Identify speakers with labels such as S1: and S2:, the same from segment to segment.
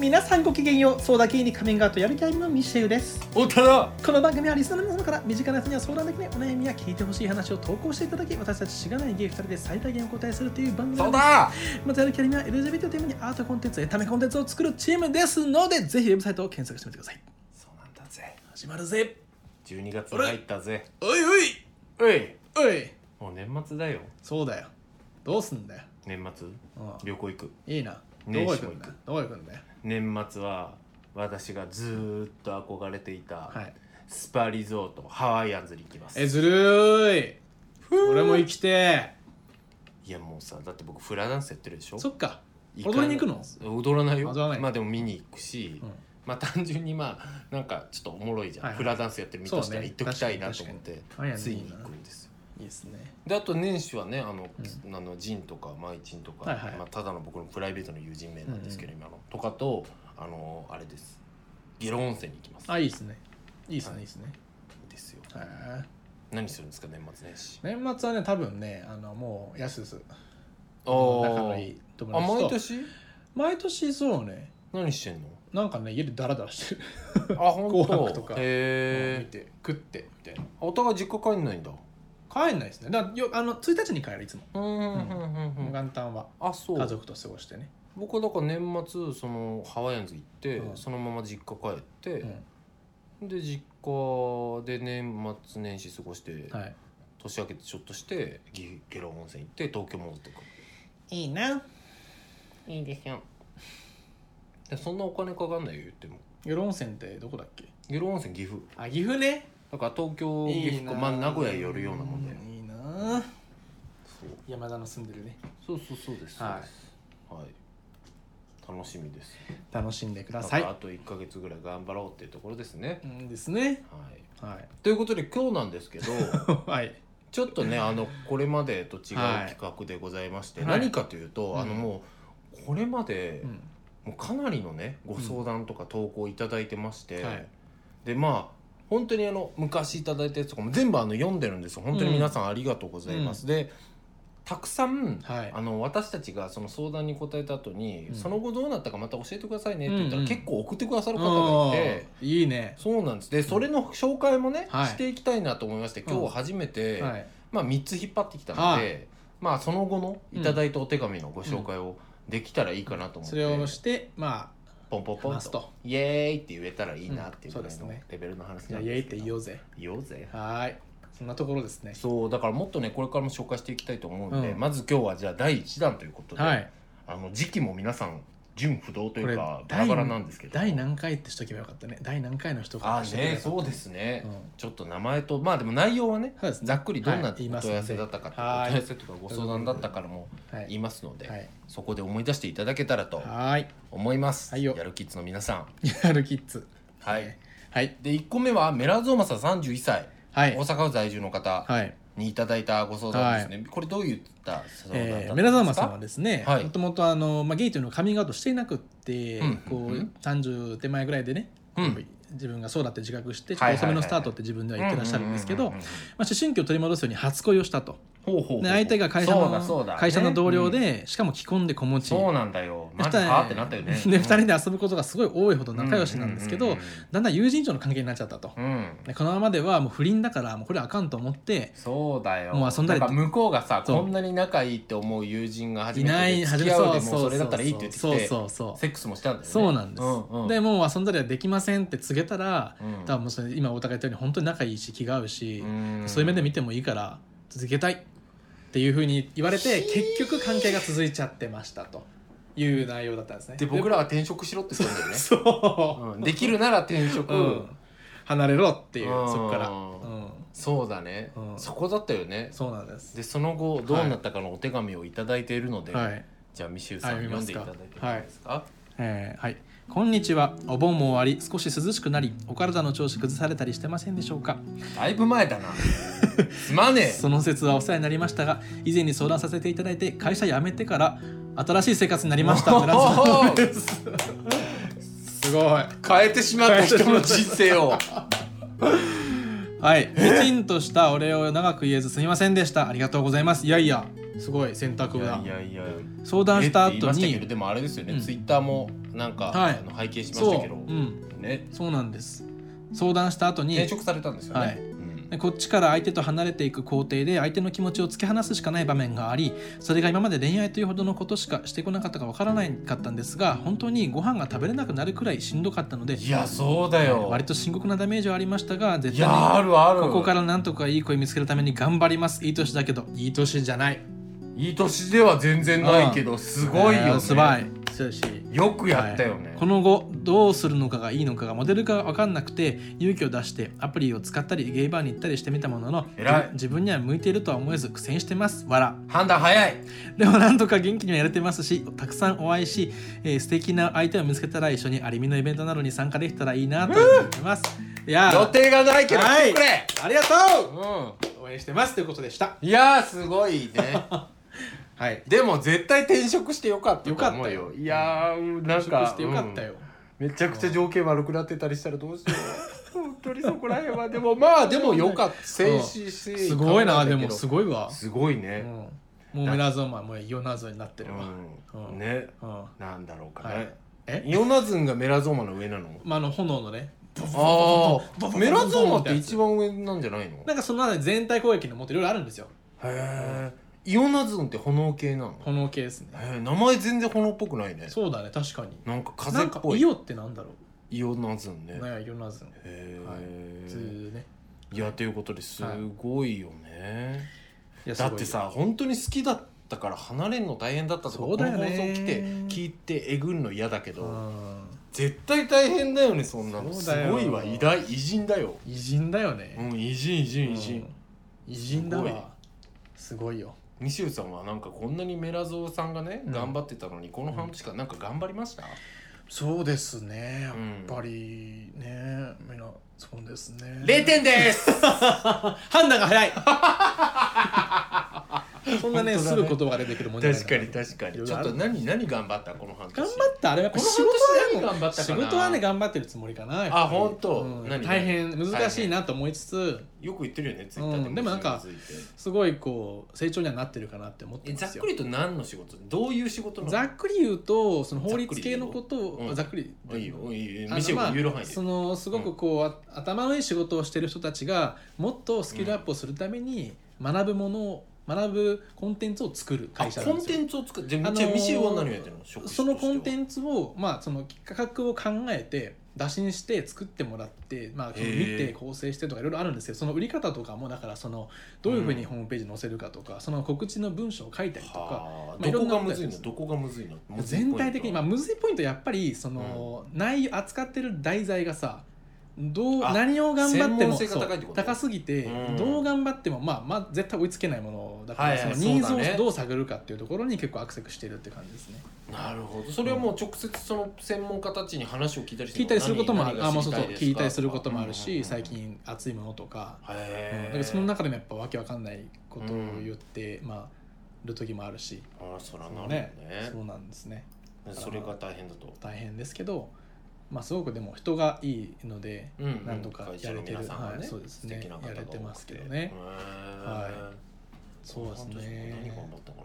S1: 皆さんごきげんようソーダゲイにカミングアウトやりたいのミシェウです
S2: おただ
S1: この番組はリスナーの皆様から身近な人には相談できないお悩みや聞いてほしい話を投稿していただき私たちしがないゲイ2人で最大限お答えするという番組
S2: そう
S1: です
S2: だ
S1: またやるキャリアは LGBT をテーマにアートコンテンツエンタメコンテンツを作るチームですのでぜひウェブサイトを検索してみてください
S2: そうなんだぜ
S1: 始まるぜ
S2: 12月入ったぜ
S1: おいおい
S2: おい
S1: おい
S2: もう年末だよ
S1: そうだよどうすんだよ
S2: 年末
S1: う
S2: 旅行行く
S1: んいいなど
S2: 年
S1: こ行
S2: 始
S1: く
S2: も
S1: ん
S2: 行
S1: だ
S2: く
S1: よどこ行くんだよ
S2: 年末は私がずーっと憧れていた
S1: はい
S2: スパリゾートハワイアンズに行きます
S1: えずるーい俺も行きてー
S2: いやもうさだって僕フラダンスやってるでしょ
S1: そっか
S2: 行か
S1: 踊りに行くの
S2: 踊らないよ
S1: 踊らない
S2: まあでも見に行くし、
S1: うん
S2: まあ単純にまあなんかちょっとおもろいじゃん、
S1: はいはい
S2: フラダンスやってる身としては
S1: そう
S2: 行っ
S1: ね
S2: ときたいなと思って、
S1: 確かに確かに
S2: ついに行くんですよ
S1: いいですね
S2: であと年始はねあの、
S1: う
S2: あのジンとかマイチンとか、
S1: はいはい
S2: まあ、ただの僕のプライベートの友人名なんですけど、今のとかとあのあれです下呂温泉に行きます
S1: あいいですねいいですね
S2: はい
S1: いですね
S2: ですよ
S1: へ
S2: 何するんですか年末年始
S1: え年末はね多分ねあのもう安です
S2: あ
S1: 仲のい
S2: ー
S1: い友
S2: あ毎
S1: 達と
S2: 年
S1: 毎年そうね
S2: 何して んの
S1: なんかね家でダラダラしてる
S2: あ本
S1: 紅白と
S2: 当
S1: か
S2: へえ
S1: 見て食ってみたいな
S2: お互い実家帰んないんだ
S1: 帰んないですねだからよあの1日に帰るいつも
S2: うんうんうんうんうん
S1: 元旦は
S2: あそう
S1: 家族と過ごしてね
S2: 僕はだから年末そのハワイアンズ行って、
S1: うん
S2: そのまま実家帰
S1: う
S2: っ
S1: ん
S2: て、で実家で年末年始過ごして、
S1: はい
S2: 年明けてちょっとしてギゲロ温泉行って東京戻ってく
S1: いいな
S2: るいいですよでそんなお金かかんないよ言っても
S1: 与論泉ってどこだっけ
S2: ゲロ温泉岐阜
S1: あ岐阜ね
S2: だから東京岐阜かまあ名古屋寄るようなもんだよ
S1: いいな
S2: そう
S1: 山田の住んでるね
S2: そうそうそうですそう
S1: はい
S2: ですはい、楽しみです
S1: 楽しんでくだ
S2: だ
S1: さ
S2: か
S1: い
S2: らあと1か月ぐらい頑張ろうっていうところですね、
S1: うんですね
S2: はい
S1: は
S2: ということで今日なんです けど
S1: いはい
S2: ちょっとねあのこれまでと違う
S1: はい
S2: 企画でございまして、
S1: はい
S2: 何かというと、
S1: うん
S2: あのもうこれまで、
S1: うん
S2: もうかなりのねご相談とか投稿いただいてまして、
S1: はい
S2: でまあ本当にあの昔いただいたやつとかも全部あの読んでるんですよ本当に皆さんありがとうございます、でたくさん、
S1: はい
S2: あの私たちがその相談に答えた後に、
S1: うん
S2: その後どうなったかまた教えてくださいねって言ったら、
S1: うんうん
S2: 結構送ってくださる方がいて。
S1: うんいいね
S2: そうなんですでそれの紹介もね、
S1: はい
S2: していきたいなと思いまして今
S1: うん
S2: 日初めて、
S1: はい
S2: まあ、3つ引っ張ってきたので、
S1: はい
S2: まあ、その後のいただいたお手紙のご紹介をできたらいいかなと思って、
S1: それをしてまあ
S2: ポンポンポン
S1: 話す
S2: と
S1: と
S2: イエーイって言えたらいいなっていう
S1: うん
S2: ぐらい
S1: そ
S2: の
S1: うですね
S2: レベルの話
S1: じゃ
S2: な
S1: あ
S2: ん
S1: イエ
S2: で
S1: イっ
S2: す
S1: て
S2: けど
S1: 言おうぜ
S2: 言おうぜ
S1: はいそんなところですね
S2: そうだからもっとねこれからも紹介していきたいと思うんで、
S1: うん
S2: まず今日はじゃあ第1弾ということで、
S1: はい
S2: あの時期も皆さん純不動と
S1: こ
S2: い
S1: れ
S2: うかバラバラなんですけど
S1: 第何回ってしとけばよかったね第何回の人
S2: ああ
S1: しとけばよ
S2: ね
S1: かった
S2: そうですね、
S1: うん
S2: ちょっと名前とまあでも内容はね
S1: そうですね
S2: ざっくりどん
S1: は
S2: ないお
S1: 言
S2: 問
S1: い
S2: い
S1: ます
S2: 合わせだったかって、
S1: はい
S2: お問い合わせとかご相談だったからも
S1: は
S2: 言い
S1: い
S2: ますので、
S1: はい
S2: そこで思い出していただけたらと
S1: はい
S2: 思います、
S1: はいよ
S2: やるキッズの皆さん
S1: やるキッズ
S2: はい
S1: はい
S2: で1個目はメラゾーマさん31歳、
S1: はい
S2: 大阪府在住の方
S1: はい
S2: にいただいたご相談ですね、これどういった相談だったんです
S1: え
S2: か、
S1: ー、メラザーマさんはですね
S2: はい
S1: もともとあの、まあ、ゲイというのをカミングアウトしていなくって、
S2: うん
S1: こう
S2: うんうん
S1: 30手前ぐらいでね、
S2: うん
S1: 自分がそうだって自覚してちょっ
S2: はい
S1: と
S2: はいは
S1: 遅
S2: いはい
S1: めのスタートって自分では言ってらっしゃるんですけ
S2: う
S1: ど
S2: う
S1: ま
S2: うんうん
S1: あ思春期を取り戻すように初恋をしたと
S2: ほうほうほう
S1: で相手が会社
S2: そうだそう
S1: の,、
S2: だね
S1: 会社の同僚で、しかも既婚で子持
S2: うん
S1: ち
S2: そうなんだよ
S1: で
S2: マジかーってなったよね
S1: で2人で遊ぶことがすごい多いほど仲良しなんですけど、
S2: うんうん
S1: だんだん友人以上の関係になっちゃったと、
S2: うんうん
S1: でこのままではもう不倫だからもうこれあかんと思って
S2: そうだよ
S1: もう遊んだり
S2: なんか向こうがさ
S1: そう
S2: こんなに仲いいって思う友人が初
S1: い
S2: めて
S1: ない
S2: 付
S1: 初
S2: き
S1: め
S2: 合うで
S1: う
S2: もそれだったらいいって言ってき
S1: そう
S2: て
S1: そうそう
S2: セックスもしたんだよね
S1: そうなんです、
S2: うんうん
S1: でもう遊んだりはできませんって告げたら、
S2: うん
S1: 多分もうそれ今お互い言ったように本当に仲いいし気が合うし、
S2: ん
S1: そういう目で見てもいいから続けたいっていうふうに言われて結局関係が続いちゃってましたという内容だったんですね
S2: で僕らは転職しろって言ったんだよね
S1: で そ
S2: うんできるなら転職、
S1: う、うん、離れろっていう
S2: うん
S1: そこから、うん、
S2: そうだね、
S1: うん
S2: そこだったよね
S1: そうなんです
S2: でその後どうなったかのお手紙をいただいているので、
S1: はい
S2: じゃあミシューさん
S1: はい
S2: 読んでいただいてもいいですか、
S1: えーはい。こんにちは。お盆も終わり、少し涼しくなり、お体の調子崩されたりしてませんでしょうか。
S2: だいぶ前だなすまね
S1: その説はお世話になりましたが、以前に相談させていただいて、会社辞めてから新しい生活になりま した。
S2: おー
S1: 村上です。 すごい。
S2: え変えてしまった人の人生を
S1: はい。きちんとしたお礼を長く言えずすみませんでした。ありがとうございます。いやいや、すごい選択
S2: いや
S1: が
S2: いやいや
S1: 相談した
S2: えって言い
S1: 後
S2: ましたけど
S1: に
S2: でもあれですよね、
S1: うん
S2: ツイッターもなんか、
S1: はい
S2: あの拝見しまし
S1: そ
S2: た
S1: う、
S2: け
S1: う
S2: ど、
S1: ん、
S2: ね
S1: そうなんです相談した後に
S2: 転職されたんですよね、
S1: はい
S2: うん
S1: でこっちから相手と離れていく工程で相手の気持ちを突き放すしかない場面がありそれが今まで恋愛というほどのことしかしてこなかったかわからないかったんですが本当にご飯が食べれなくなるくらいしんどかったので
S2: いやそうだよ
S1: 割と深刻なダメージはありましたが
S2: い
S1: 絶対に
S2: やあるある
S1: ここからなんとかいい声見つけるために頑張りますいい年だけどいい年じゃない
S2: いい年では全然ないけどすごいよ、ね、
S1: すばいそうだし
S2: よくやったよね、
S1: はいこの後どうするのかがいいのかがモデルかが分かんなくて勇気を出してアプリを使ったりゲイバーに行ったりしてみたものの
S2: 偉い
S1: じ自分には向いているとは思えず苦戦してますわら
S2: 判断早い
S1: でもなんとか元気にはやれてますしたくさんお会いし、えー、素敵な相手を見つけたら一緒にアリミのイベントなどに参加できたらいいなと思いますいやー
S2: 予定がないけど
S1: は
S2: 来て
S1: い
S2: くれ、
S1: ありがとう応援してますということでした
S2: うんいやーすごい ね
S1: はい
S2: でも絶対転職してよかったと思う
S1: よか
S2: よ
S1: ったよ
S2: いやーなん
S1: 転
S2: か
S1: 職してよかったよ、
S2: うんめちゃくちゃ条件悪くなってたりしたらどうしよう本当にそこら辺はでもまあでもよかった
S1: う
S2: 精
S1: ん
S2: 神性
S1: すごいなでもす
S2: す
S1: ごいわ、
S2: ごいうね
S1: ん、もうメラゾーマもうイオナゾになってるわ、
S2: うん
S1: うん
S2: ね
S1: うん
S2: なんだろうかね、
S1: はいえ
S2: イオナズンがメラゾーマの上なの
S1: まあ、あの炎のね
S2: あ
S1: ボボボボボボボボボボ
S2: あメラゾーマって一番上なんじゃないの
S1: なんかその中で全体攻撃のもっといろいろあるんですよ
S2: へえイオナズンって炎系なのへ
S1: 炎系ですね
S2: え名前全然炎っぽくないね
S1: そうだね確かに
S2: なんか風
S1: な
S2: っ
S1: んか
S2: ぽい
S1: イオってなんだろ
S2: イオナズン
S1: う
S2: ね
S1: ねイオナズン
S2: へ
S1: はい普通
S2: え
S1: ね
S2: いやということですごいよね、
S1: いやすご
S2: だ
S1: い
S2: ってさ本当に好きだったから離れるの大変だったとか
S1: そうだよね
S2: この放送来て聞いてえぐんの嫌だけ
S1: う
S2: ど、
S1: ん
S2: 絶対大変だよねそんなの
S1: そう
S2: す
S1: だよ
S2: ごいわ偉大偉人だよ
S1: 偉人だよ
S2: う
S1: ね、
S2: ん偉人偉人偉
S1: うん
S2: 人、
S1: 偉人だわすごいよ
S2: 西内さんはなんかこんなにメラゾーさんがね、
S1: うん
S2: 頑張ってたのにこの半年間なんか頑張りました、
S1: そうですねやっ
S2: うん
S1: ぱりねみんなそうですね
S2: 0点です
S1: 判断が早い そんなね
S2: 本当
S1: す
S2: だね
S1: ぐ言葉が出てくるもんじゃな い
S2: 確かに確かにちょっと何何頑張ったこの半年
S1: 頑張ったあれはやっぱ仕事
S2: この半年何頑張
S1: は
S2: った
S1: ね
S2: か
S1: 仕
S2: な
S1: 事はね頑張ってるつもりかなやっぱり
S2: あ本当
S1: うん
S2: 何
S1: 大変難しいなと思いつつ
S2: よく言ってるよねツイッターで
S1: うんでもなんか
S2: ついて
S1: すごいこう成長にはなってるかなって思って
S2: え
S1: ま
S2: ざっ
S1: すよ
S2: くりと何の仕事どういう仕事なの
S1: ざっくり言うとその法律系の
S2: ざっくり言う
S1: ことを
S2: うん
S1: ざっくり
S2: いいよいいよ
S1: あの
S2: 見せよう
S1: まあ
S2: 言える範囲で
S1: そのすごくこう、あ頭のいい仕事をしてる人たちがもっとスキルアップをするために学ぶものを学ぶコンテンツを作る
S2: あ
S1: 会社な
S2: コ
S1: んで
S2: ン
S1: すよ
S2: テンツを作るじゃ
S1: あ
S2: あ
S1: のー
S2: じゃあミシェルは何をやってるの職種として
S1: そのコンテ
S2: ン
S1: ンツを、まあ、その企画を考えて打診して作ってもらって、まあ、その
S2: へ
S1: 見
S2: ー
S1: て構成してとかいろいろあるんですけどその売り方とかもだからそのどういうふうにホームページに載せるかとか、その告知の文章を書いたりとか
S2: はあ
S1: まあい
S2: ど
S1: ろん
S2: こ
S1: な
S2: が
S1: こと
S2: むず
S1: やって
S2: い
S1: る
S2: のどこがむずいの
S1: 全体的に、まあ、むずいポイントはやっぱりその、内容扱ってる題材がさどう
S2: あ
S1: 何を頑張って
S2: 専
S1: も
S2: 門性が
S1: そう
S2: 高いってこと
S1: 高すぎて、
S2: うん
S1: どう頑張っても、まあ、まあ絶対追いつけないものだから、
S2: はいはい
S1: そのニーズ
S2: そうだね
S1: をどう探るかっていうところに結構アクセスしてるって感じですね。
S2: なるほどそれはもう直接その専門家たちに話を聞いたりして
S1: 聞いたりすることもあるあ、まあ、そうそう聞いたりすることもあるし、最
S2: 近
S1: 近熱いものとか,、うんだ
S2: へえ、
S1: からその中でもやっぱわけわかんないことを言って、まある時もあるし
S2: あそらなる
S1: そ
S2: ほど
S1: うね
S2: ね
S1: そうなんですね
S2: それが大変だと、
S1: 大変ですけど、まあ、すごくでも人がいいので、
S2: うんうん
S1: なんとか
S2: 会社の
S1: やれてる
S2: 皆さんが
S1: はいそうですね
S2: 素敵な方が多く
S1: やれてますけどね
S2: へえ
S1: はそうです
S2: 何
S1: ね
S2: 頑張ったか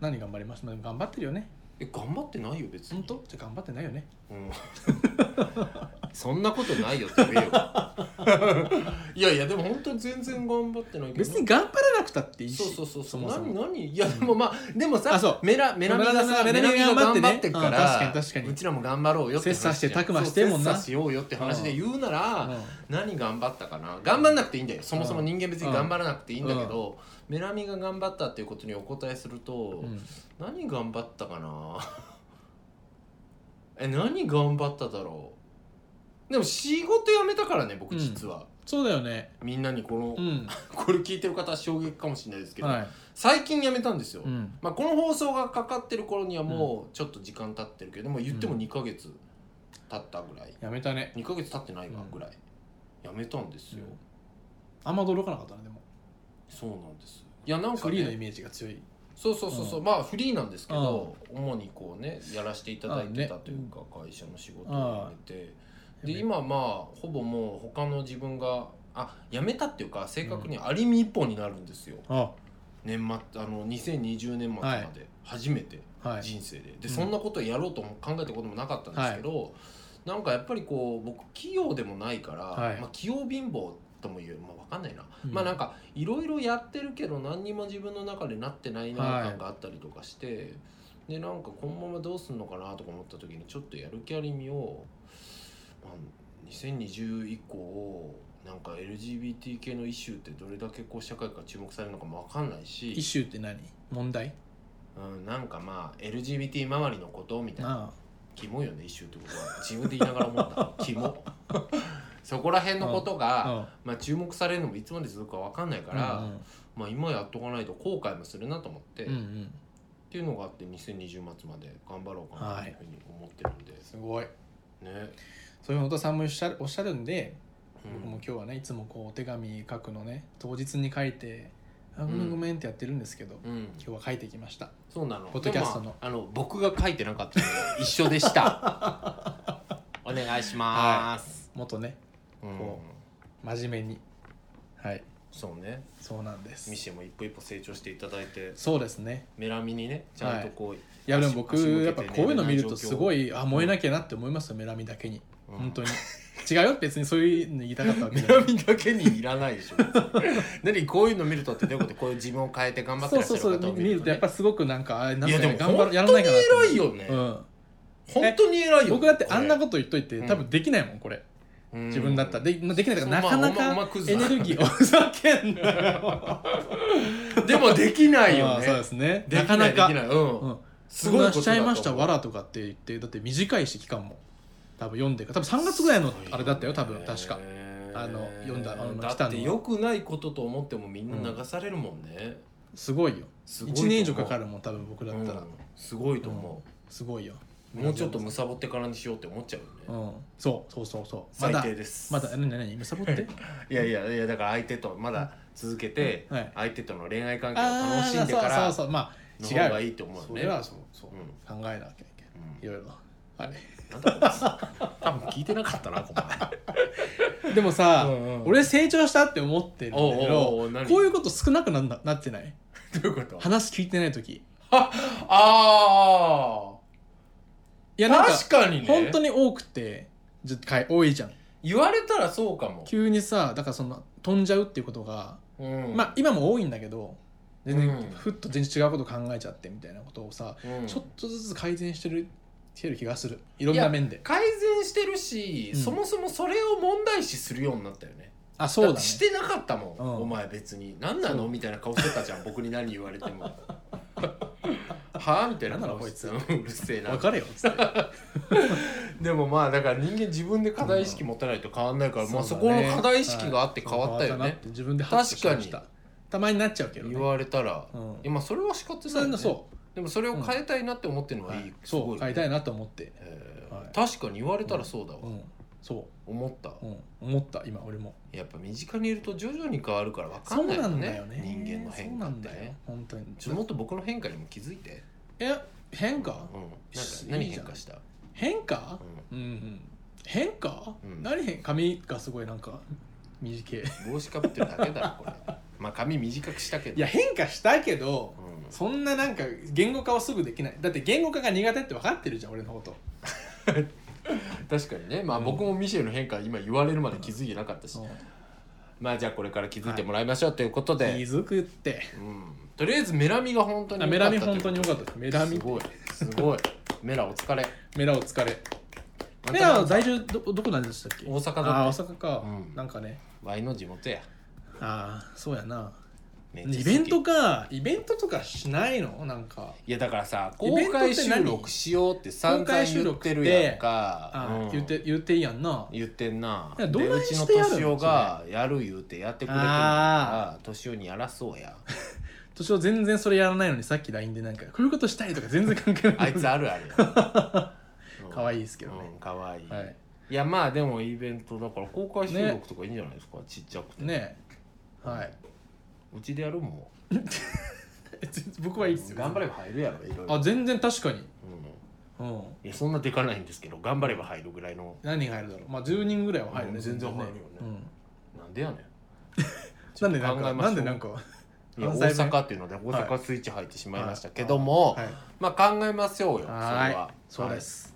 S2: な
S1: 何頑張りましたでも頑張ってるよね
S2: え頑張ってないよ別に
S1: 本当じゃあ頑張ってないよね
S2: うん、 そんなことないよって言え よいやいやでも本当に全然頑張ってないけど
S1: 別に頑張らなくたっていいし
S2: そうそうそうそう
S1: もも
S2: 何何いやでもまあでもさ
S1: あそう
S2: メラメラミがさ
S1: メ
S2: メ
S1: ラ
S2: ラ
S1: ミが
S2: ミが
S1: 頑張って
S2: 頑
S1: ね
S2: 張ってっから
S1: うん確かに確かに
S2: うちらも頑張ろうよって話
S1: 切磋して
S2: じゃん
S1: 琢磨
S2: そう
S1: してもんな
S2: 切磋しようよって話で言うなら、
S1: うん
S2: 何頑張ったかな頑張んなくていいんだよそもそも人間別に頑張らなくていいんだけど、メラミが頑張ったっていうことにお答えすると、
S1: うん
S2: 何頑張ったかな え何頑張っただろうでも仕事辞めたからね僕実は、
S1: そうだよね
S2: みんなにこの、
S1: うん
S2: これ聞いてる方は衝撃かもしれないですけど、
S1: はい
S2: 最近辞めたんですよ、
S1: うん
S2: まあ、この放送がかかってる頃にはもうちょっと時間経ってるけども言っても2ヶ月経ったぐらい、
S1: やめたね
S2: 2ヶ月経ってないわ
S1: うん
S2: ぐらい辞めたんですよ、
S1: うんあんま驚かなかったねでも
S2: そうなんですいやなんか、
S1: フリーのイ
S2: ね、
S1: メージが強い
S2: そうそうそうそう、まあフリーなんですけど、主にこうねやらせていただいてたというか、会社の仕事を辞めて、で今まあほぼもう他の自分があ辞めたっていうか正確にアリミ一本になるんですよ、
S1: あ
S2: 年末あの2020年末まで初めて
S1: はい
S2: 人生で、
S1: う
S2: で
S1: ん
S2: そんなことやろうとも考えたこともなかったんですけど、なんかやっぱりこう僕器用でもないから、
S1: はい
S2: まあ、器用貧乏とも言う、まあ、わかんないな、
S1: うん
S2: まあなんかいろいろやってるけど何にも自分の中でなってないな
S1: はい
S2: 感があったりとかして、でなんかこのままどうすんのかなとか思った時にちょっとやる気ありみを、まあ、2020以降なんか LGBT 系のイシューってどれだけこう社会から注目されるのかもわかんないし
S1: イシューって何問題
S2: うん、なんかまあ LGBT 周りのことみたいな
S1: あ
S2: キモいよね一周ってことは自分で言いながら思 ったキモそこら辺のこと
S1: あ
S2: が、
S1: あ
S2: まあ、注目されるのもいつまで続くか分かんないから、まあ、今やっとかないと後悔もするなと思って、
S1: うんう
S2: っ
S1: ん
S2: ていうのがあって2020末まで頑張ろうかなというふうに思ってるんで、
S1: すごい
S2: ね、
S1: そういうの太田さんもおっしゃるおっしゃるんで、
S2: うん
S1: 僕も今日はねいつもこうお手紙書くのね当日に書いて「あ
S2: ん
S1: ごめんごめん」ってやってるんですけど、
S2: うん、
S1: 今日は書いてきました
S2: そうなの
S1: ポッドキャストの
S2: でもまああの僕が書いてなかったので一緒でした お願いします、
S1: もっとね
S2: うん
S1: こ真面目にはい
S2: そうね
S1: そうなんです
S2: ミシェも一歩一歩成長していただいて
S1: そうですね
S2: メラミにねちゃんとこう、
S1: いやでも
S2: 足
S1: 僕
S2: 足向けて
S1: やっぱこういうの見るとすご
S2: 寝
S1: いあ燃えなきゃなって思いますよメラミだけに
S2: うん
S1: 本当に違うよ別にそういうの言いたかったわけ
S2: メ
S1: じゃない
S2: ラミだけにいらない でしょ別に何こういうの見るとってどういうことこういう自分を変えて頑張って
S1: そう
S2: らっし
S1: そ
S2: ゃ
S1: う
S2: る
S1: そう
S2: 方を見
S1: 見
S2: る
S1: る
S2: と、
S1: と
S2: ね、
S1: やっぱすごくなんかあなんか
S2: いやでも
S1: 頑張るやらないかな
S2: 本当に偉い
S1: よ、
S2: よね、
S1: うん、
S2: 本当に偉いよ
S1: 僕だってあんな
S2: こ
S1: こと言っといて
S2: うん
S1: 多分できないもんこれ
S2: れ
S1: 自分だったらでできないと
S2: そ
S1: か
S2: う
S1: なかな
S2: まあお前お前
S1: か
S2: クズだ
S1: エネルギーをふざけんなよ
S2: うんでもできない
S1: あ
S2: よ
S1: あ
S2: ね
S1: そうですね
S2: で
S1: な
S2: きな
S1: か
S2: い
S1: なか
S2: できないうん、
S1: うん
S2: す
S1: す
S2: ごい
S1: ご
S2: ことだ
S1: いしちゃいました
S2: と思
S1: わ
S2: う
S1: らとかって言ってだって短いし期間も多分読んでるから多分3月ぐらいのあれだったよ多分確かあの読んだあの来た
S2: だ
S1: の
S2: って良くないことと思ってもみんな流されるもんね、
S1: すごいよ
S2: すごいと
S1: 1
S2: 思う
S1: 年以上かかるもん多分僕だったら、
S2: うんすごいと思
S1: すごいよ
S2: う、もうちょっとむさぼってからにしようって思っちゃうよね、
S1: うんそうそうそうそうま
S2: 最
S1: だ
S2: 低です
S1: まだ何何むさぼって
S2: いやいやいやだから相手とまだ続けて、
S1: うんはい
S2: 相手との恋愛関係を
S1: あ
S2: 楽
S1: あ
S2: しんでか
S1: そ
S2: ら
S1: うそうそうま
S2: の
S1: あ違
S2: 方
S1: う
S2: が
S1: よ
S2: いいと思うよ
S1: そ
S2: ね
S1: れはそうそう、
S2: うん
S1: 考えなきゃいけないいろいろはい
S2: なんだろう多分聞いてなかったなお
S1: でもさ、
S2: うんうん
S1: 俺成長したって思ってるんだけど
S2: おうおうおう何
S1: こういうこと少なくなんだなってない
S2: 前どういうこと
S1: 話聞いてない時
S2: あ
S1: いや
S2: あ
S1: なんか
S2: 確かにね
S1: 本当に多くてじゃかい多いじゃん
S2: 言われたらそうかも、
S1: 急にさだからその飛んじゃうっていうことが、
S2: うん
S1: まあ、今も多いんだけど全然、
S2: うん
S1: ふっと全然違うこと考えちゃってみたいなことをさ、
S2: うん
S1: ちょっとずつ改善してるしてる気がするいろんな面で
S2: 改善してるし、
S1: うん
S2: そもそもそれを問題視するようになったよね
S1: あそうだ
S2: っ
S1: ね
S2: てしてなかったもん、
S1: うん
S2: お前別に何な
S1: そ
S2: の
S1: う
S2: みたいな顔してたじゃん僕に何言われて もはあみたいな
S1: なんなの
S2: 顔して
S1: こ
S2: うんうるせえな
S1: 分かれよっつって
S2: でもまあだから人間自分で課題意識持たないと変わんないから、まあ、そこの課題意識があって変わったよね、
S1: はいそう変わなって自分でハッとしました
S2: 確
S1: たまになっちゃうけどね
S2: 言われたら、
S1: うん
S2: いやまあそれは仕方
S1: そ
S2: な
S1: れ
S2: い、
S1: の
S2: ね、
S1: そう
S2: でもそれを変えたいなって思ってるのは
S1: はい
S2: い、
S1: い、
S2: す
S1: そ
S2: ご
S1: う
S2: い、
S1: 買いたい
S2: な、
S1: なと思って、
S2: えー
S1: はい
S2: 確かに言われたらそうだわ、
S1: うん、そ
S2: 思った、
S1: う、うん、思った今俺も
S2: やっぱ身近にいると徐々に変わるから分か
S1: そうん
S2: ない
S1: な
S2: よ
S1: ん
S2: ね
S1: だよね
S2: 人間の変化って
S1: そうなんだよ
S2: ね
S1: 本当に
S2: ちょっともっと僕の変化にも気づいて
S1: え変化
S2: うん、なんか
S1: し
S2: 何
S1: いいじ
S2: 変
S1: ゃん
S2: 化した
S1: 変化
S2: うん
S1: うん、うん、変化、
S2: うん
S1: 何変髪がすごいなんか短い
S2: 帽子かぶってるだけだろこれ まあ髪短くしたけど
S1: いや変化したけど
S2: うん
S1: そんななんか言語化はすぐできないだって言語化が苦手って分かってるじゃん俺のこと
S2: 確かにねまあ
S1: うん
S2: 僕もミシェルの変化今言われるまで気づいてなかったし、まあじゃあこれから気づいてもらいましょうということで、
S1: 気づくって
S2: うん、とりあえずメラミが本当に
S1: あメラミ本当に良かったですメ
S2: メ
S1: ラミ
S2: すごいすごいメラお疲れ
S1: メラお疲れメラは在住どどこなんでしたっけ
S2: 大阪だって
S1: ああー大阪か、
S2: うん
S1: なんかね
S2: ワイの地元や
S1: ああそうやな
S2: めっちゃ好き
S1: イベントかイベントとかしないのなんか
S2: いやだからさ
S1: イ
S2: 公
S1: ベントっ
S2: 開
S1: て何
S2: 収録しようって散々言ってるやんか
S1: あー、
S2: うん
S1: 言うて言うていいやんな
S2: 言ってんない
S1: や
S2: で
S1: どな
S2: うんち
S1: し
S2: の
S1: てやるの
S2: 年夫がやる言うてやってくれてるから年夫にやらそうや
S1: 年を全然それやらないのにさっき LINE でなんかこういうことしたいとか全然関係な
S2: あ
S1: い
S2: いつあるある やうん
S1: 可愛いですけど
S2: う
S1: ね、
S2: ん可愛いい
S1: はい
S2: いやまあでもイベントだから公開収録とかいいんじゃないですかちっちゃくて
S1: ねえはいう
S2: ちでやるもん
S1: え全僕はいいっすよ
S2: 頑張れば入るやろいろいろ
S1: あ全然確かに
S2: うん
S1: うん
S2: いやそんなでかないんですけど頑張れば入るぐらいの
S1: 何人入るだろうまあ10人ぐらいは入る
S2: う
S1: ね
S2: ん全然入るよね
S1: うん
S2: なんでやねん
S1: なんでなん
S2: 考
S1: か
S2: えましょう
S1: なんでなんか
S2: いや
S1: 関
S2: 大
S1: 西弁
S2: 阪っていうので大阪スイッチ入ってしまいましたけども、
S1: はい、
S2: まあ考えましょうよそれは
S1: はいそうで、す、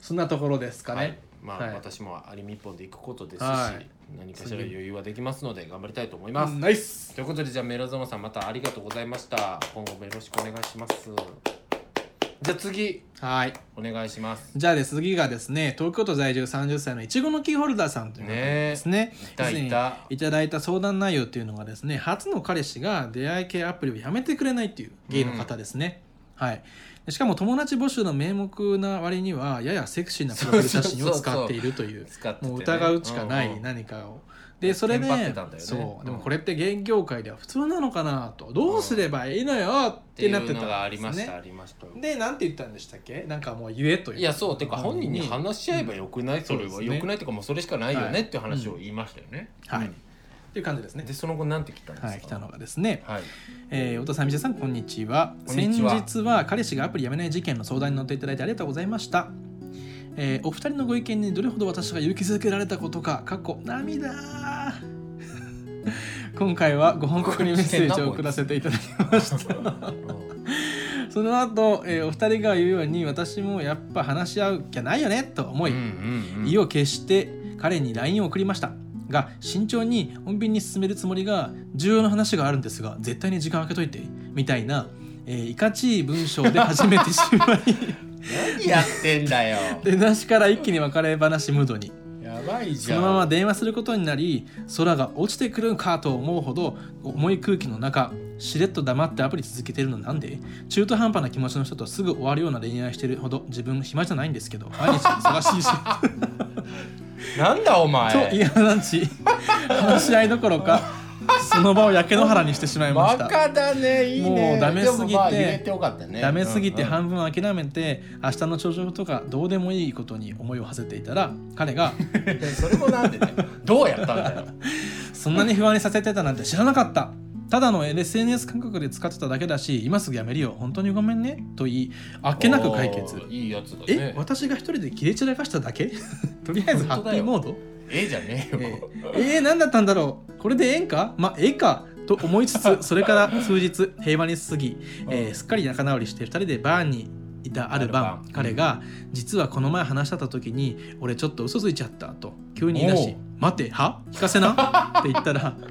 S1: そんなところですかね、
S2: はいまあ、
S1: はい
S2: 私もアリミ一本で行くことですし、
S1: はい
S2: 何かしら余裕はできますので頑張りたいと思います、
S1: ナイス
S2: ということでじゃあメロゾノさんまたありがとうございました今後もよろしくお願いしますじゃあ次
S1: はい
S2: お願いします
S1: じゃあです次がですね東京都在住30歳のいちごのキーホルダーさんという方ですね
S2: いたいた
S1: いただいた相談内容っていうのがですね初の彼氏が出会い系アプリをやめてくれないっていうゲイの方ですね、はいでしかも友達募集の名目な割にはややセクシーなプロフィール写真を使っているという
S2: 使っててね、
S1: もう疑うしかな
S2: うんう
S1: い
S2: ん
S1: 何かを。でそれで、
S2: テンパってたんだよね
S1: そうでも
S2: うん
S1: これってゲイ業界では普通なのかなとどうすればいいのよっ
S2: って
S1: て
S2: いう
S1: なってたんですね
S2: のがありました、ありました
S1: でなんて言ったんでしたっけなんかもう言えという
S2: いやそうてか本人に話し合えばよくない、それ
S1: そ
S2: は
S1: うですね
S2: よくないとかもうそれしかないよ
S1: は
S2: ね
S1: い
S2: っていう話を言いましたよね、
S1: はい、
S2: うん
S1: っていう感じですね
S2: でその後なんて来たんですか
S1: はい来たのがですね、
S2: はい
S1: えー、太田さん、皆さん、こんにちは。
S2: こんにちは
S1: 先日は彼氏がアプリやめない事件の相談に乗っていただいてありがとうございました。えーお二人のご意見にどれほど私が勇気づけられたことか、過去、涙 今回はご報告にメッセージを送らせていただきました。その後、えーお二人が言うように、私もやっぱ話し合うきゃないよねと思い、意
S2: を
S1: を決して彼に LINE を送りましたが慎重に穏便に進めるつもりが重要な話があるんですが絶対に時間空けといてみたいな、えーいかちい文章で始めてしまい
S2: 何やってんだよ
S1: 出だしから一気に別れ話ムードに
S2: やばい
S1: そ
S2: じゃん
S1: のまま電話することになり空が落ちてくるんかと思うほど重い空気の中しれっと黙ってアプリ続けてるのなんで中途半端な気持ちの人とすぐ終わるような恋愛してるほど自分暇じゃないんですけど毎日忙し いし
S2: なんだお前
S1: と嫌なち話し合いどころかその場を焼け野原にしてしまいまし
S2: バ
S1: た
S2: カだねいいね
S1: もうダメすぎて
S2: でもまあ言えてよかったね
S1: ダメすぎて
S2: うんうん
S1: 半分諦めて明日の朝食とかどうでもいいことに思いを馳せていたら彼が
S2: それもなんでだよどうやったんだよ
S1: 「そんなに不安にさせてたなんて知らなかった」ただの SNS 感覚で使ってただけだし今すぐやめるよ本当にごめんねと言いあっけなく解決
S2: おーいいやつだ
S1: え、
S2: ね
S1: 私が一人で切れ散らかしただけ とりあえずハッピーモード
S2: ええじゃねえよ
S1: えー、えー何だったんだろうこれでええんかまあええかと思い つつそれから数日平和に過ぎ、えーすっかり仲直りして2人でバーにいたある晩
S2: ある晩
S1: 彼が「実はこの前話してた時に俺ちょっと嘘ついちゃった」と急に言い出
S2: おう
S1: し「待ては聞かせな」って言ったら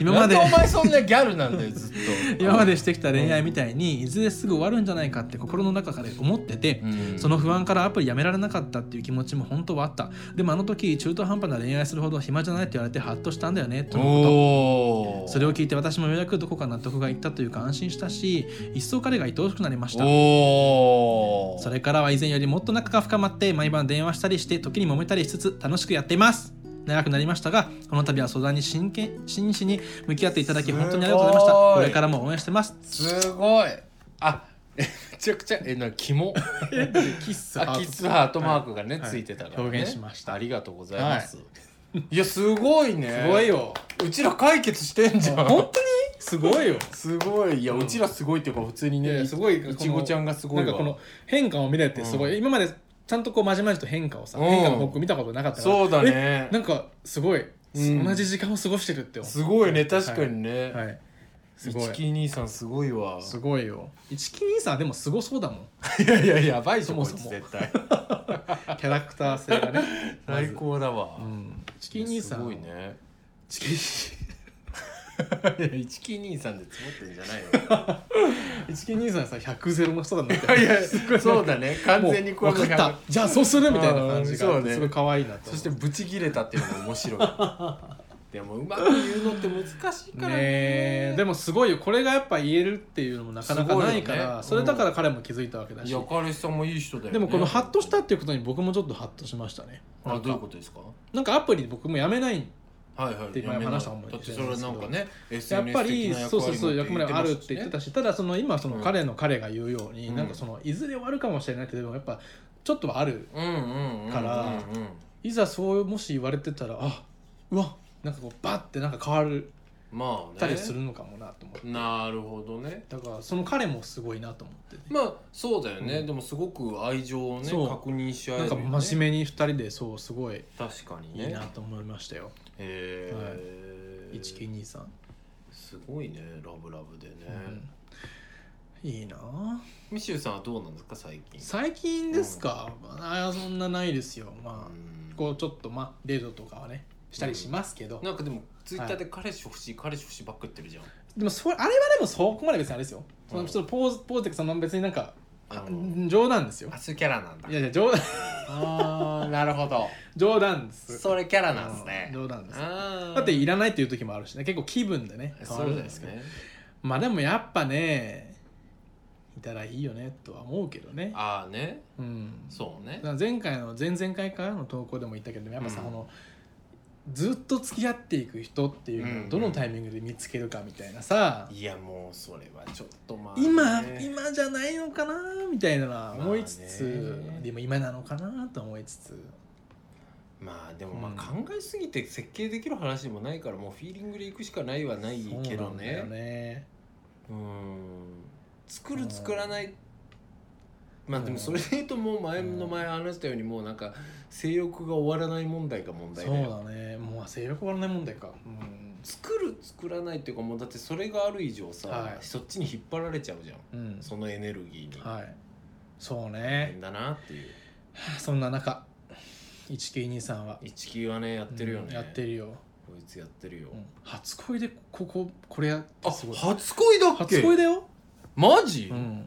S1: 今まで
S2: なんでお前そんなギャルなんだよずっと
S1: 今までしてきた恋愛みたいにいずれすぐ終わるんじゃないかって心の中で思ってて、
S2: うん
S1: その不安からアプリやめられなかったっていう気持ちも本当はあったでもあの時中途半端な恋愛するほど暇じゃないって言われてハッとしたんだよねとのこと
S2: おお
S1: それを聞いて私もようやくどこか納得がいったというか安心したし一層彼が愛おしくなりました
S2: おお
S1: それからは以前よりもっと仲が深まって毎晩電話したりして時に揉めたりしつつ楽しくやっています長くなりましたがこの度は相談に真剣真摯に向き合っていただき本当にありがとうございまし
S2: すごい
S1: たこれからも応援してます
S2: すごいあ えめちゃくちゃえなキ モ
S1: キッス
S2: あキスハートマークがね、
S1: はい
S2: ついてたから、ね、
S1: 表現しました
S2: ありがとうございます、い、やすごいね
S1: すごいよ
S2: うちら解決してんじゃん
S1: 本当にすごいよ
S2: すごいいや、うちらすごいっていうか普通に
S1: いやい
S2: ね
S1: やすごい
S2: いちごちゃんがすごいわ
S1: なんかこの変化を見れてすごい、今までちゃんとこうまじまじと変化をさ、
S2: うん
S1: 変化の報告見たことなかったから
S2: そうだね
S1: えなんかすごい、
S2: うん
S1: 同じ時間を過ごしてるって思う
S2: すごいね確かにね、
S1: はいす
S2: 一
S1: ごい
S2: 木兄さんすごいわ
S1: すごいよ一木兄さんはでもすごそうだも ん
S2: いやいややばい
S1: そ
S2: そ
S1: も
S2: も
S1: そ
S2: そ
S1: も
S2: も絶 対
S1: キャラクター性がねまず
S2: 最高だわ、
S1: うん一木兄さん
S2: すごいね
S1: 一 木
S2: いや一木兄さんで積もってんじゃない
S1: 一木兄さんはさ100ゼロの人だなって
S2: の いやいやそうだ ね完全に
S1: もう分かったじゃあそうするみたいな感じ
S2: うんそ
S1: が
S2: うね
S1: すごい可愛いな
S2: そ
S1: と思う
S2: してブチ切れたっていうのも面 白いでもうまく言うのって難しいから
S1: ね
S2: ね
S1: えでもすごいよこれがやっぱ言えるっていうのもなかなかない
S2: す
S1: か
S2: ごいよ
S1: ら
S2: ねうん
S1: それだから彼も気づいたわけだ
S2: い
S1: し、
S2: や彼氏さんもいい人だよ、ね、
S1: でもこのハッとしたっていうことに僕もちょっとハッとしましたねな
S2: あ
S1: ん
S2: どうい
S1: か
S2: うことですか
S1: なんかアプリ僕もやめない
S2: はいはい
S1: て前
S2: やめな
S1: 話した思い
S2: だって
S1: 出
S2: それはなんかね
S1: やっぱりそうそうそう役
S2: 役
S1: 割
S2: 割
S1: があるって言ってたし、ただその今その
S2: うん
S1: 彼の彼が言うように、
S2: うん
S1: なんかそのいずれ終わるかもしれないってでもやっぱちょっとはある
S2: うんうんうん
S1: から
S2: うんうん
S1: いざそうもし言われてたらあうわなんかこうバッてなんか変わる
S2: まあね
S1: たりするのかもなと思って、
S2: なるほどね
S1: だからその彼もすごいなと思って、ね、
S2: まあそうだよね、
S1: うん
S2: でもすごく愛情をね
S1: そう
S2: 確認し合える
S1: なん
S2: よ
S1: か
S2: ね、
S1: 真面目に2人でそうすごい
S2: 確かに
S1: いいな
S2: ね
S1: と思いましたよ。
S2: えー
S1: 一木兄さん。
S2: すごいねラブラブでね、
S1: うんいいなあ
S2: ミシューさんはどうなんですか最近
S1: 最近ですか、ああそんなないですよま
S2: う
S1: あ、
S2: ん
S1: こうちょっとまあデートとかはねしたりしますけど、
S2: なんかでもツイッターで彼氏欲しい、彼氏欲しいばっか言ってるじゃん
S1: でもそれあれはでもそこまで別にあれですよそのちょっとポーズポーズっていうかその別になんか
S2: あ
S1: 冗談ですよ
S2: あそういうキャラなんだ
S1: いやいや冗談
S2: ああなるほど
S1: 冗談です
S2: それキャラなんですね
S1: うん冗談です
S2: あー
S1: だっていらないっていう時もあるしね結構気分でね変わ
S2: そう
S1: る
S2: だ
S1: ん
S2: よ
S1: ですけど、
S2: ね
S1: まあでもやっぱねいたらいいよねとは思うけどね
S2: ああね
S1: うん
S2: そうね
S1: だから前回の前々回からの投稿でも言ったけどやっぱさ、
S2: うん
S1: このずっと付き合っていく人っていう
S2: うん
S1: の
S2: う
S1: を
S2: ん
S1: どのタイミングで見つけるかみたいなさ、
S2: いやもうそれはちょっとまあね、
S1: 今今じゃないのかなみたいなのは思いつつ、
S2: まあね
S1: でも今なのかなと思いつつ
S2: まあでもま
S1: うん
S2: あ考えすぎて設計できる話でもないからもうフィーリングで行くしかないはないけ
S1: そう
S2: ど
S1: なんだよ
S2: ね
S1: ね
S2: うん作る作らないまあでもそれで言うともう前の前話したようにもうなんか性欲が終わらない問題が問
S1: そ
S2: 題
S1: う
S2: だよ
S1: だねもう性欲終わらない問題か、うん
S2: 作る作らないっていうかもうだってそれがある以上さ、
S1: はい
S2: そっちに引っ張られちゃうじゃん
S1: うん、
S2: そのエネルギーに、
S1: はいそう
S2: 大
S1: ね
S2: 変だなっていう
S1: そんな中1923は
S2: 19はねやってるよね、
S1: うんやってるよ、
S2: こいつやってるよ、
S1: うん初恋でこここれやって
S2: あ
S1: すごい
S2: 初恋だっけ
S1: 初恋だよ、
S2: マジ
S1: う、ん、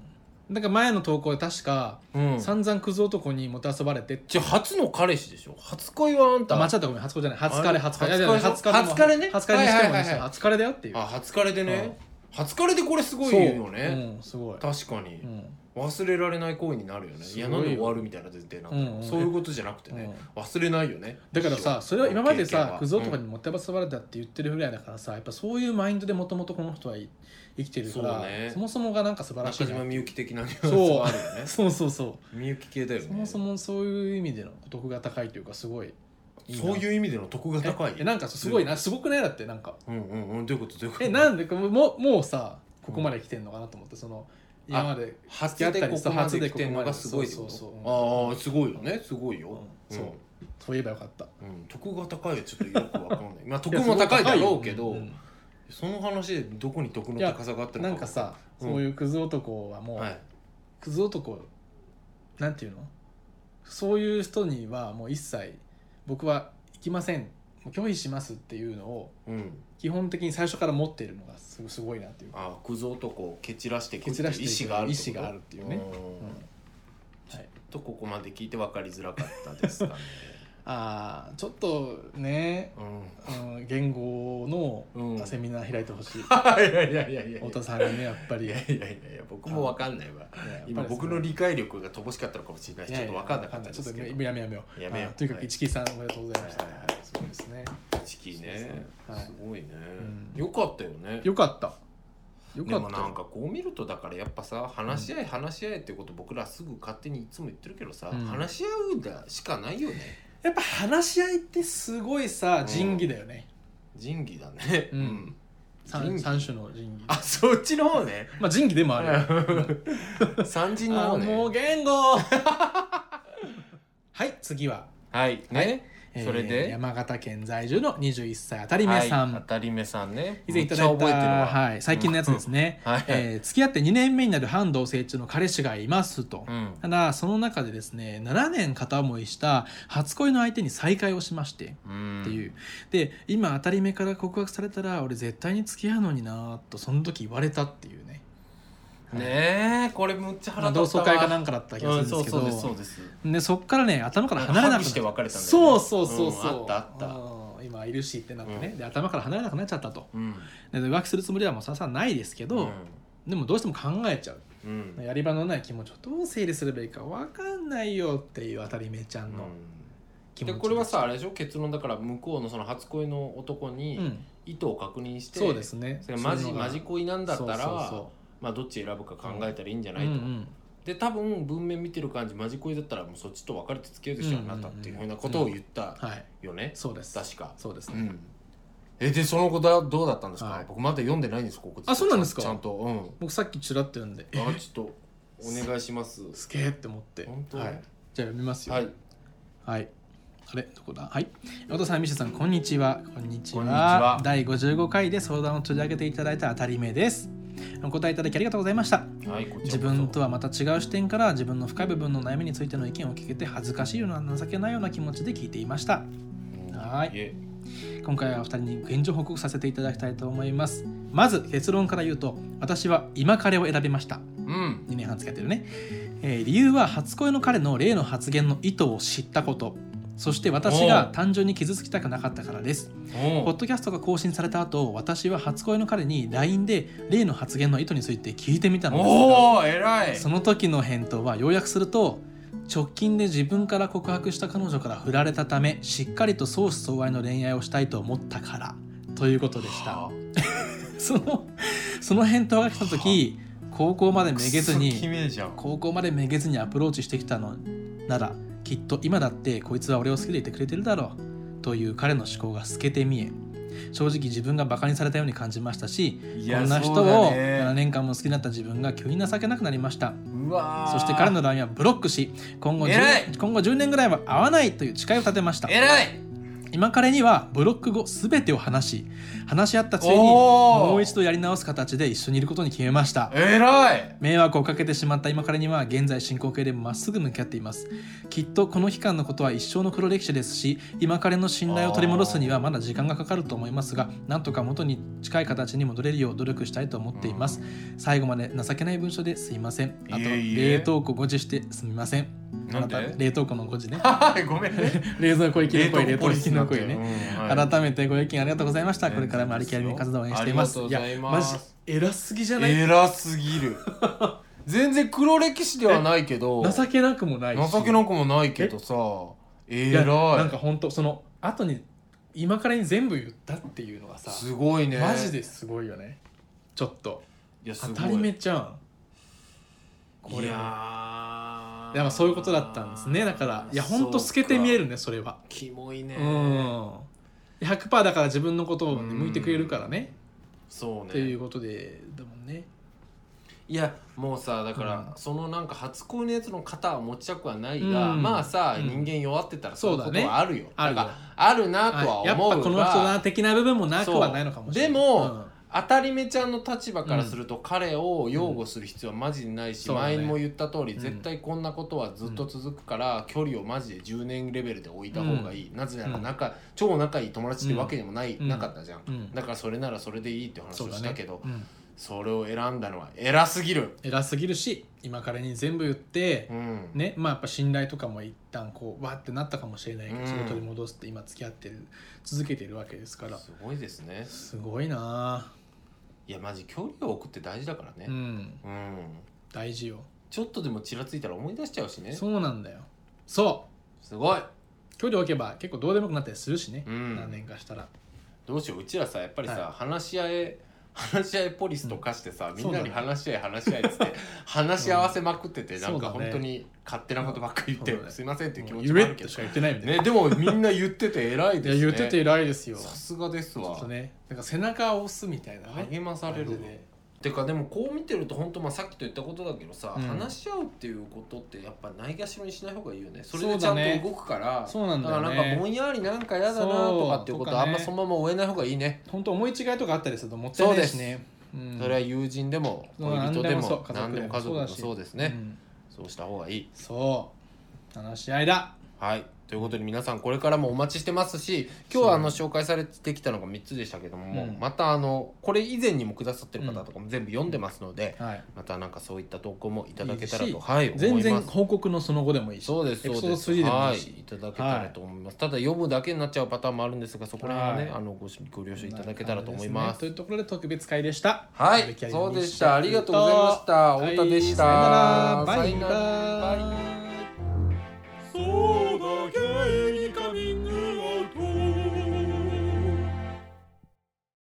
S1: なんか前の投稿で確か、
S2: うん
S1: 散々クズ男にもてあそばれて
S2: じゃあ初の彼氏でしょ初恋はあんた
S1: あ間違ったごめん初恋じゃない初
S2: あ
S1: 彼
S2: れ
S1: 初彼
S2: 初
S1: い
S2: 恋
S1: やい
S2: でし
S1: や
S2: ょ
S1: 初彼も
S2: 初彼ね
S1: 初彼にしても
S2: はいはいはい
S1: にしても初彼だよっていう
S2: あ初彼でね、初彼でこれす
S1: うん
S2: ごいよね、
S1: そううんすごい
S2: 確かに
S1: う、ん
S2: 忘れられない恋になるよね
S1: す
S2: い
S1: ごいよ
S2: やなんで終わるみたいな前提なんだろう
S1: うんうん
S2: そういうことじゃなくて
S1: う
S2: ね
S1: ん、
S2: 忘れないよね
S1: だからさそれは今までさクズ男
S2: に
S1: にもてあそばれたって言ってるぐらいだからさやっぱそういうマインドでもともとこの人は生きてるか
S2: そ
S1: ら
S2: うね
S1: そもそもがなんか素晴らし
S2: 中
S1: いな
S2: 島みゆき的なニュアンス
S1: そう
S2: もあるよね
S1: そうそうそ
S2: みゆき系だ
S1: う
S2: よね
S1: そもそもそういう意味での得が高いというかすごいいいな
S2: そういう意味での得が高い
S1: えなんかすごいなすごくないだってなんか
S2: うんうんうんどういうことどういうこと
S1: えなんでもうもうさここまで来てんのかなと思ってその今まで
S2: 初
S1: 付き合った
S2: で
S1: り
S2: こ
S1: さ
S2: こまで来てんのがすごいって
S1: そう
S2: こと
S1: そうそう
S2: ああすごいよねすごいよ、
S1: うん
S2: ん
S1: そうそういえばよかった
S2: うん、得が高いはちょっとよく わかんないまあ得も高いだろうけど、
S1: いやすごい高いようん
S2: その話でどこに得の高さがあったのか
S1: なんかさ、
S2: うん
S1: そういうクズ男はもう、
S2: はい、
S1: クズ男なんていうのそういう人にはもう一切僕は行きませんもう拒否しますっていうのを
S2: うん、
S1: 基本的に最初から持っているのがすごすごいなっていうか
S2: ああクズ男を蹴散らしていく
S1: 蹴散らしてい
S2: 意思
S1: く
S2: があるってこと
S1: 意思があるっていうね
S2: ん
S1: うんはい、
S2: ちょっとここまで聞いて分かりづらかったですかね
S1: あーちょっとね、
S2: う
S1: うん、言語の、
S2: うん
S1: セミナー開いてほしい
S2: んいやいやいやいやいや
S1: 太田さんにねやっぱり
S2: いやいやいやいや僕も分かんないわ
S1: ね
S2: 今
S1: やっぱりそ
S2: 僕の理解力が乏しかったのかもしれない
S1: い
S2: し
S1: や
S2: ち
S1: い
S2: ょっ
S1: や
S2: と分かんなかったですけど
S1: ちょっとやめようやめよう
S2: やめよう
S1: あーとにか
S2: は
S1: く
S2: い
S1: 一木さんおめでとうございました、
S2: はいはいはい
S1: そうですね
S2: チキ
S1: そうです
S2: ね
S1: ねはい
S2: すごいね、
S1: うん
S2: よかったよね
S1: よかったよ
S2: で
S1: か
S2: も
S1: った
S2: なんかこう見るとだからやっぱさ話し合い話し合いってこと僕らすぐ勝手にいつも言ってるけどさ、
S1: うん
S2: 話し合うんだしかないよね
S1: やっぱ話し合いってすごいさ
S2: ん
S1: 仁義だよね、
S2: 仁義だね
S1: うん三
S2: 仁義
S1: 三種の仁義
S2: あそっちの方ね
S1: まあ仁義でもある よ
S2: 三人の
S1: あ
S2: 方
S1: ーもう
S2: ね
S1: 言語はい次は、
S2: はいね、それで
S1: えー山形県在住の21歳当たり
S2: は
S1: め
S2: い
S1: さん、
S2: 当たり目さんね
S1: 以前いただい
S2: めっちゃ覚えてるわ
S1: た、はい、最近のやつですね、
S2: うんはい
S1: えー付き合って2年目になる半同棲中の彼氏がいますと、
S2: うん
S1: ただその中でですね7年片思いした初恋の相手に再会をしまして
S2: うん
S1: っていう、で今当たり目から告白されたら俺絶対に付き合うのになとその時言われたっていうね、
S2: ねえこれむっちゃ
S1: ま
S2: 腹
S1: あ、
S2: 立
S1: 同
S2: った
S1: 窓
S2: わ
S1: 会かなんかだった気
S2: う
S1: が
S2: ん
S1: す
S2: そ
S1: るん
S2: う
S1: ですけ
S2: そ
S1: ど、
S2: うですそうです
S1: でそっからね頭から離れなく
S2: ハグ
S1: な
S2: して別れたんだよね
S1: そうそうそうそ
S2: うんあ
S1: う、
S2: ったあった
S1: うん今いるしってなってね、
S2: うん
S1: で頭から離れなくなっちゃったと
S2: うん
S1: で浮気するつもりはもうささないですけど、でもどうしても考えちゃう
S2: うんうん
S1: やり場のない気持ちをどう整理すればいいか分かんないよっていう当たりめちゃんの
S2: うん
S1: 気
S2: で
S1: 持ち、
S2: これはさあれでしょ結論だから向こうのその初恋の男
S1: う
S2: に
S1: ん、
S2: 意図を確認して、
S1: そうですね
S2: それマジマジ恋なんだったら
S1: そうそ
S2: まあどっち選ぶか考えたらいいんじゃ
S1: う
S2: な
S1: そう
S2: いと、
S1: うんうん
S2: で多分文面見てる感じマジ恋だったらもうそっちと別れて付き合うでしょ、
S1: うんうんうん
S2: あなたっていうふうなことを言った
S1: はい
S2: よね、
S1: そうです
S2: 確か、
S1: そうです
S2: う
S1: ね、
S2: ん、えでその後だどうだったんですか、
S1: はい
S2: 僕まだ読んでないんですここ
S1: あそうなんですか
S2: ちゃんとうん
S1: 僕さっきちらっと読んでえ
S2: あちょっとお願いします
S1: すげえって思って
S2: 本当
S1: はい、じゃあ読みますよ
S2: はい、
S1: はいあれどこだはい。お父さん、ミシュさん、こんにちは。こんにちは。
S2: こんにちは
S1: 第55回で相談を取り上げていただいた当たり目です。お答えいただきありがとうございました。
S2: はい、こちらこそ
S1: 自分とはまた違う視点から自分の深い部分の悩みについての意見を聞けて恥ずかしいような情けないような気持ちで聞いていました。はい
S2: いえ
S1: 今回はお二人に現状報告させていただきたいと思いますまず結論から言うと私は今彼を選びました
S2: うん
S1: 2年半付き合ってるね、えー理由は初恋の彼の例の発言の意図を知ったことそして私が単純に傷つきたくなかったからですポ
S2: お
S1: ッドキャストが更新された後私は初恋の彼に LINE で例の発言の意図について聞いてみたのですが
S2: おお偉い
S1: その時の返答は要約すると直近で自分から告白した彼女から振られたためしっかりと相思相愛の恋愛をしたいと思ったからということでした
S2: はあ
S1: そのその返答が来た時高校までめげ
S2: ク
S1: ず
S2: ソ決
S1: に
S2: めじゃん
S1: 高校までめげずにアプローチしてきたのならきっと今だってこいつは俺を好きでいてくれてるだろうという彼の思考が透けて見え正直自分がバカにされたように感じましたし
S2: い
S1: こ
S2: や
S1: んな人
S2: そうだ
S1: を7
S2: ね
S1: 年間も好きになった自分が急に情けなくなりました
S2: うわー
S1: そして彼の LINE はブロックし今後 10,
S2: 偉い
S1: 今後10年ぐらいは会わないという誓いを立てました
S2: 偉い
S1: 今彼にはブロック後全てを話し話し合った末に
S2: おー
S1: もう一度やり直す形で一緒にいることに決めました
S2: 偉い
S1: 迷惑をかけてしまった今彼には現在進行形でまっすぐ向き合っていますきっとこの期間のことは一生の黒歴史ですし今彼の信頼を取り戻すにはまだ時間がかかると思いますがなんとか元に近い形に戻れるよう努力したいと思っています最後まで情けない文章ですいませんあと
S2: いえいえ
S1: 冷凍庫誤字してすみません
S2: なん
S1: あなた
S2: で
S1: 冷凍庫の誤字ね
S2: ごめんね
S1: 冷蔵庫行きの声冷凍庫行きの声ね
S2: ね
S1: 改めてご意見ありがとうございました。これからもアリキャリミ活動を応援しています。
S2: ありがとうござい
S1: や、マ
S2: ます
S1: ジ偉すぎじゃない、
S2: 偉すぎる全然黒歴史ではないけど
S1: 情けなくもないし。
S2: 情けなくもないけどさ
S1: い
S2: 偉
S1: や
S2: い
S1: なんか本当その後に今からに全部言ったっていうのがさ、
S2: すごいね
S1: マジですごいよね。ちょっと
S2: いやす
S1: 当
S2: ごい
S1: たり目ちゃん。こ
S2: い
S1: れ
S2: や
S1: は
S2: ー
S1: でもそういうことだったんですね。だからいや本当透けて見えるねそれは。
S2: そうかキモいうね
S1: ん。100%だから自分のことを向いてくれるからね、
S2: そうね
S1: っていうことでだもんね。
S2: いやもうさだから、
S1: うん
S2: そのなんか初恋のやつの肩は持ちたくはないが、
S1: うん
S2: まあさ、
S1: うん
S2: 人間弱ってたら
S1: そうだ
S2: こ
S1: ね
S2: とはあるよ
S1: あるよ
S2: だからあるなとは
S1: はいやっぱ
S2: 思うが、
S1: この人だな的な部分もなくはないのかもしれない
S2: そうでも当たり目ちゃんの立場からすると彼を擁護する必要はマジでないし、
S1: うん
S2: 前にも
S1: そう
S2: 言った通り、
S1: うん
S2: 絶対こんなことはずっと続くから、距離をマジで10年レベルで置いた方がいい、なぜなら仲、超仲いい友達ってわけでもない、
S1: うん
S2: なかったじゃん、
S1: うん、うん
S2: だからそれならそれでいいって話
S1: そう
S2: を
S1: だ
S2: し
S1: ね
S2: たけどそ,、
S1: うん
S2: れを選んだのは偉すぎる
S1: 偉すぎるし今彼に全部言って
S2: う、ん
S1: ねまあやっぱ信頼とかも一旦こうわーってなったかもしれないけど、
S2: うん
S1: それを取り戻すって今付き合ってる続けてるわけですから
S2: すごいですね
S1: すごいない
S2: やマジ距離を置くって大事だから
S1: あう
S2: ね
S1: ん
S2: うん、
S1: 大事よ
S2: ちょっとでもちらついたら思い出しちゃうしね
S1: そうなんだよそう
S2: すごい、
S1: 距離を置けば結構どうでもよくなったりするしね、
S2: うん、
S1: 何年かしたら
S2: どうしよううちらさやっぱりさ、
S1: は
S2: 話し合い 話し合いポリスと化してさ、みんなに
S1: そうだね
S2: 話し合い話し合いっつって 話し合わせまくってて、
S1: うん
S2: なんか
S1: そうだ
S2: 本
S1: ね
S2: 当に勝手なことばっかり言って、
S1: そうだね
S2: すいませんっていう気
S1: も
S2: 持
S1: う
S2: ち
S1: 言
S2: もあ
S1: え
S2: る
S1: っ
S2: け
S1: と
S2: ど
S1: しか言ってないみたいな、
S2: ねでもみんな言ってて偉い
S1: い
S2: で
S1: や
S2: すね
S1: 言ってて偉いですよ
S2: さすがです
S1: ちょ
S2: わ
S1: っとねなんか背中を押すみたいなね
S2: 励まされるわ
S1: 感じで
S2: てかでもこう見てると本当まあさっきと言ったことだけどさ、
S1: うん
S2: 話し合うっていうことってやっぱないがしろにしない方がいいよねそれ
S1: そ
S2: で
S1: う
S2: ちゃ
S1: だ
S2: ん
S1: ね
S2: と動くから
S1: そうなんだよね
S2: からなんかぼんやりなんか嫌だなとかっていうことはあん
S1: そうとかね
S2: まそのまま追えない方がいいね
S1: 本当思い違いとかあったりするともったいないしねうん
S2: それは友人でも
S1: うん
S2: 恋人で
S1: 何でも
S2: も
S1: そう
S2: 何でも家族
S1: 家
S2: で
S1: 族で
S2: も
S1: も
S2: そうです
S1: う
S2: ね
S1: ん
S2: そうした方がいい
S1: そう話し合いだ
S2: はいということで皆さんこれからもお待ちしてますし今日はあの紹介されてきたのが3つでしたけども、
S1: うん
S2: またあのこれ以前にもくださってる方とかも全部読んでますので、
S1: はい
S2: またなんかそういった投稿もいただけたら
S1: い
S2: と
S1: いし
S2: はい思います
S1: 全然報告のその後でもいいし
S2: そうですそう
S1: エ
S2: で
S1: ピ
S2: す
S1: ソード3でも
S2: はい
S1: い
S2: い
S1: し
S2: ただけたらと思います、ただ読むだけになっちゃうパターンもあるんですがそこら辺はね、
S1: は
S2: あ
S1: い
S2: のごご了承いただけたらと思います
S1: というところで特別会でした
S2: は
S1: やる
S2: い
S1: 気あ、り
S2: そ
S1: ま
S2: うでした。ありがとうございました。
S1: はい
S2: 太田でした。
S1: さよならバイ
S2: さよならバイ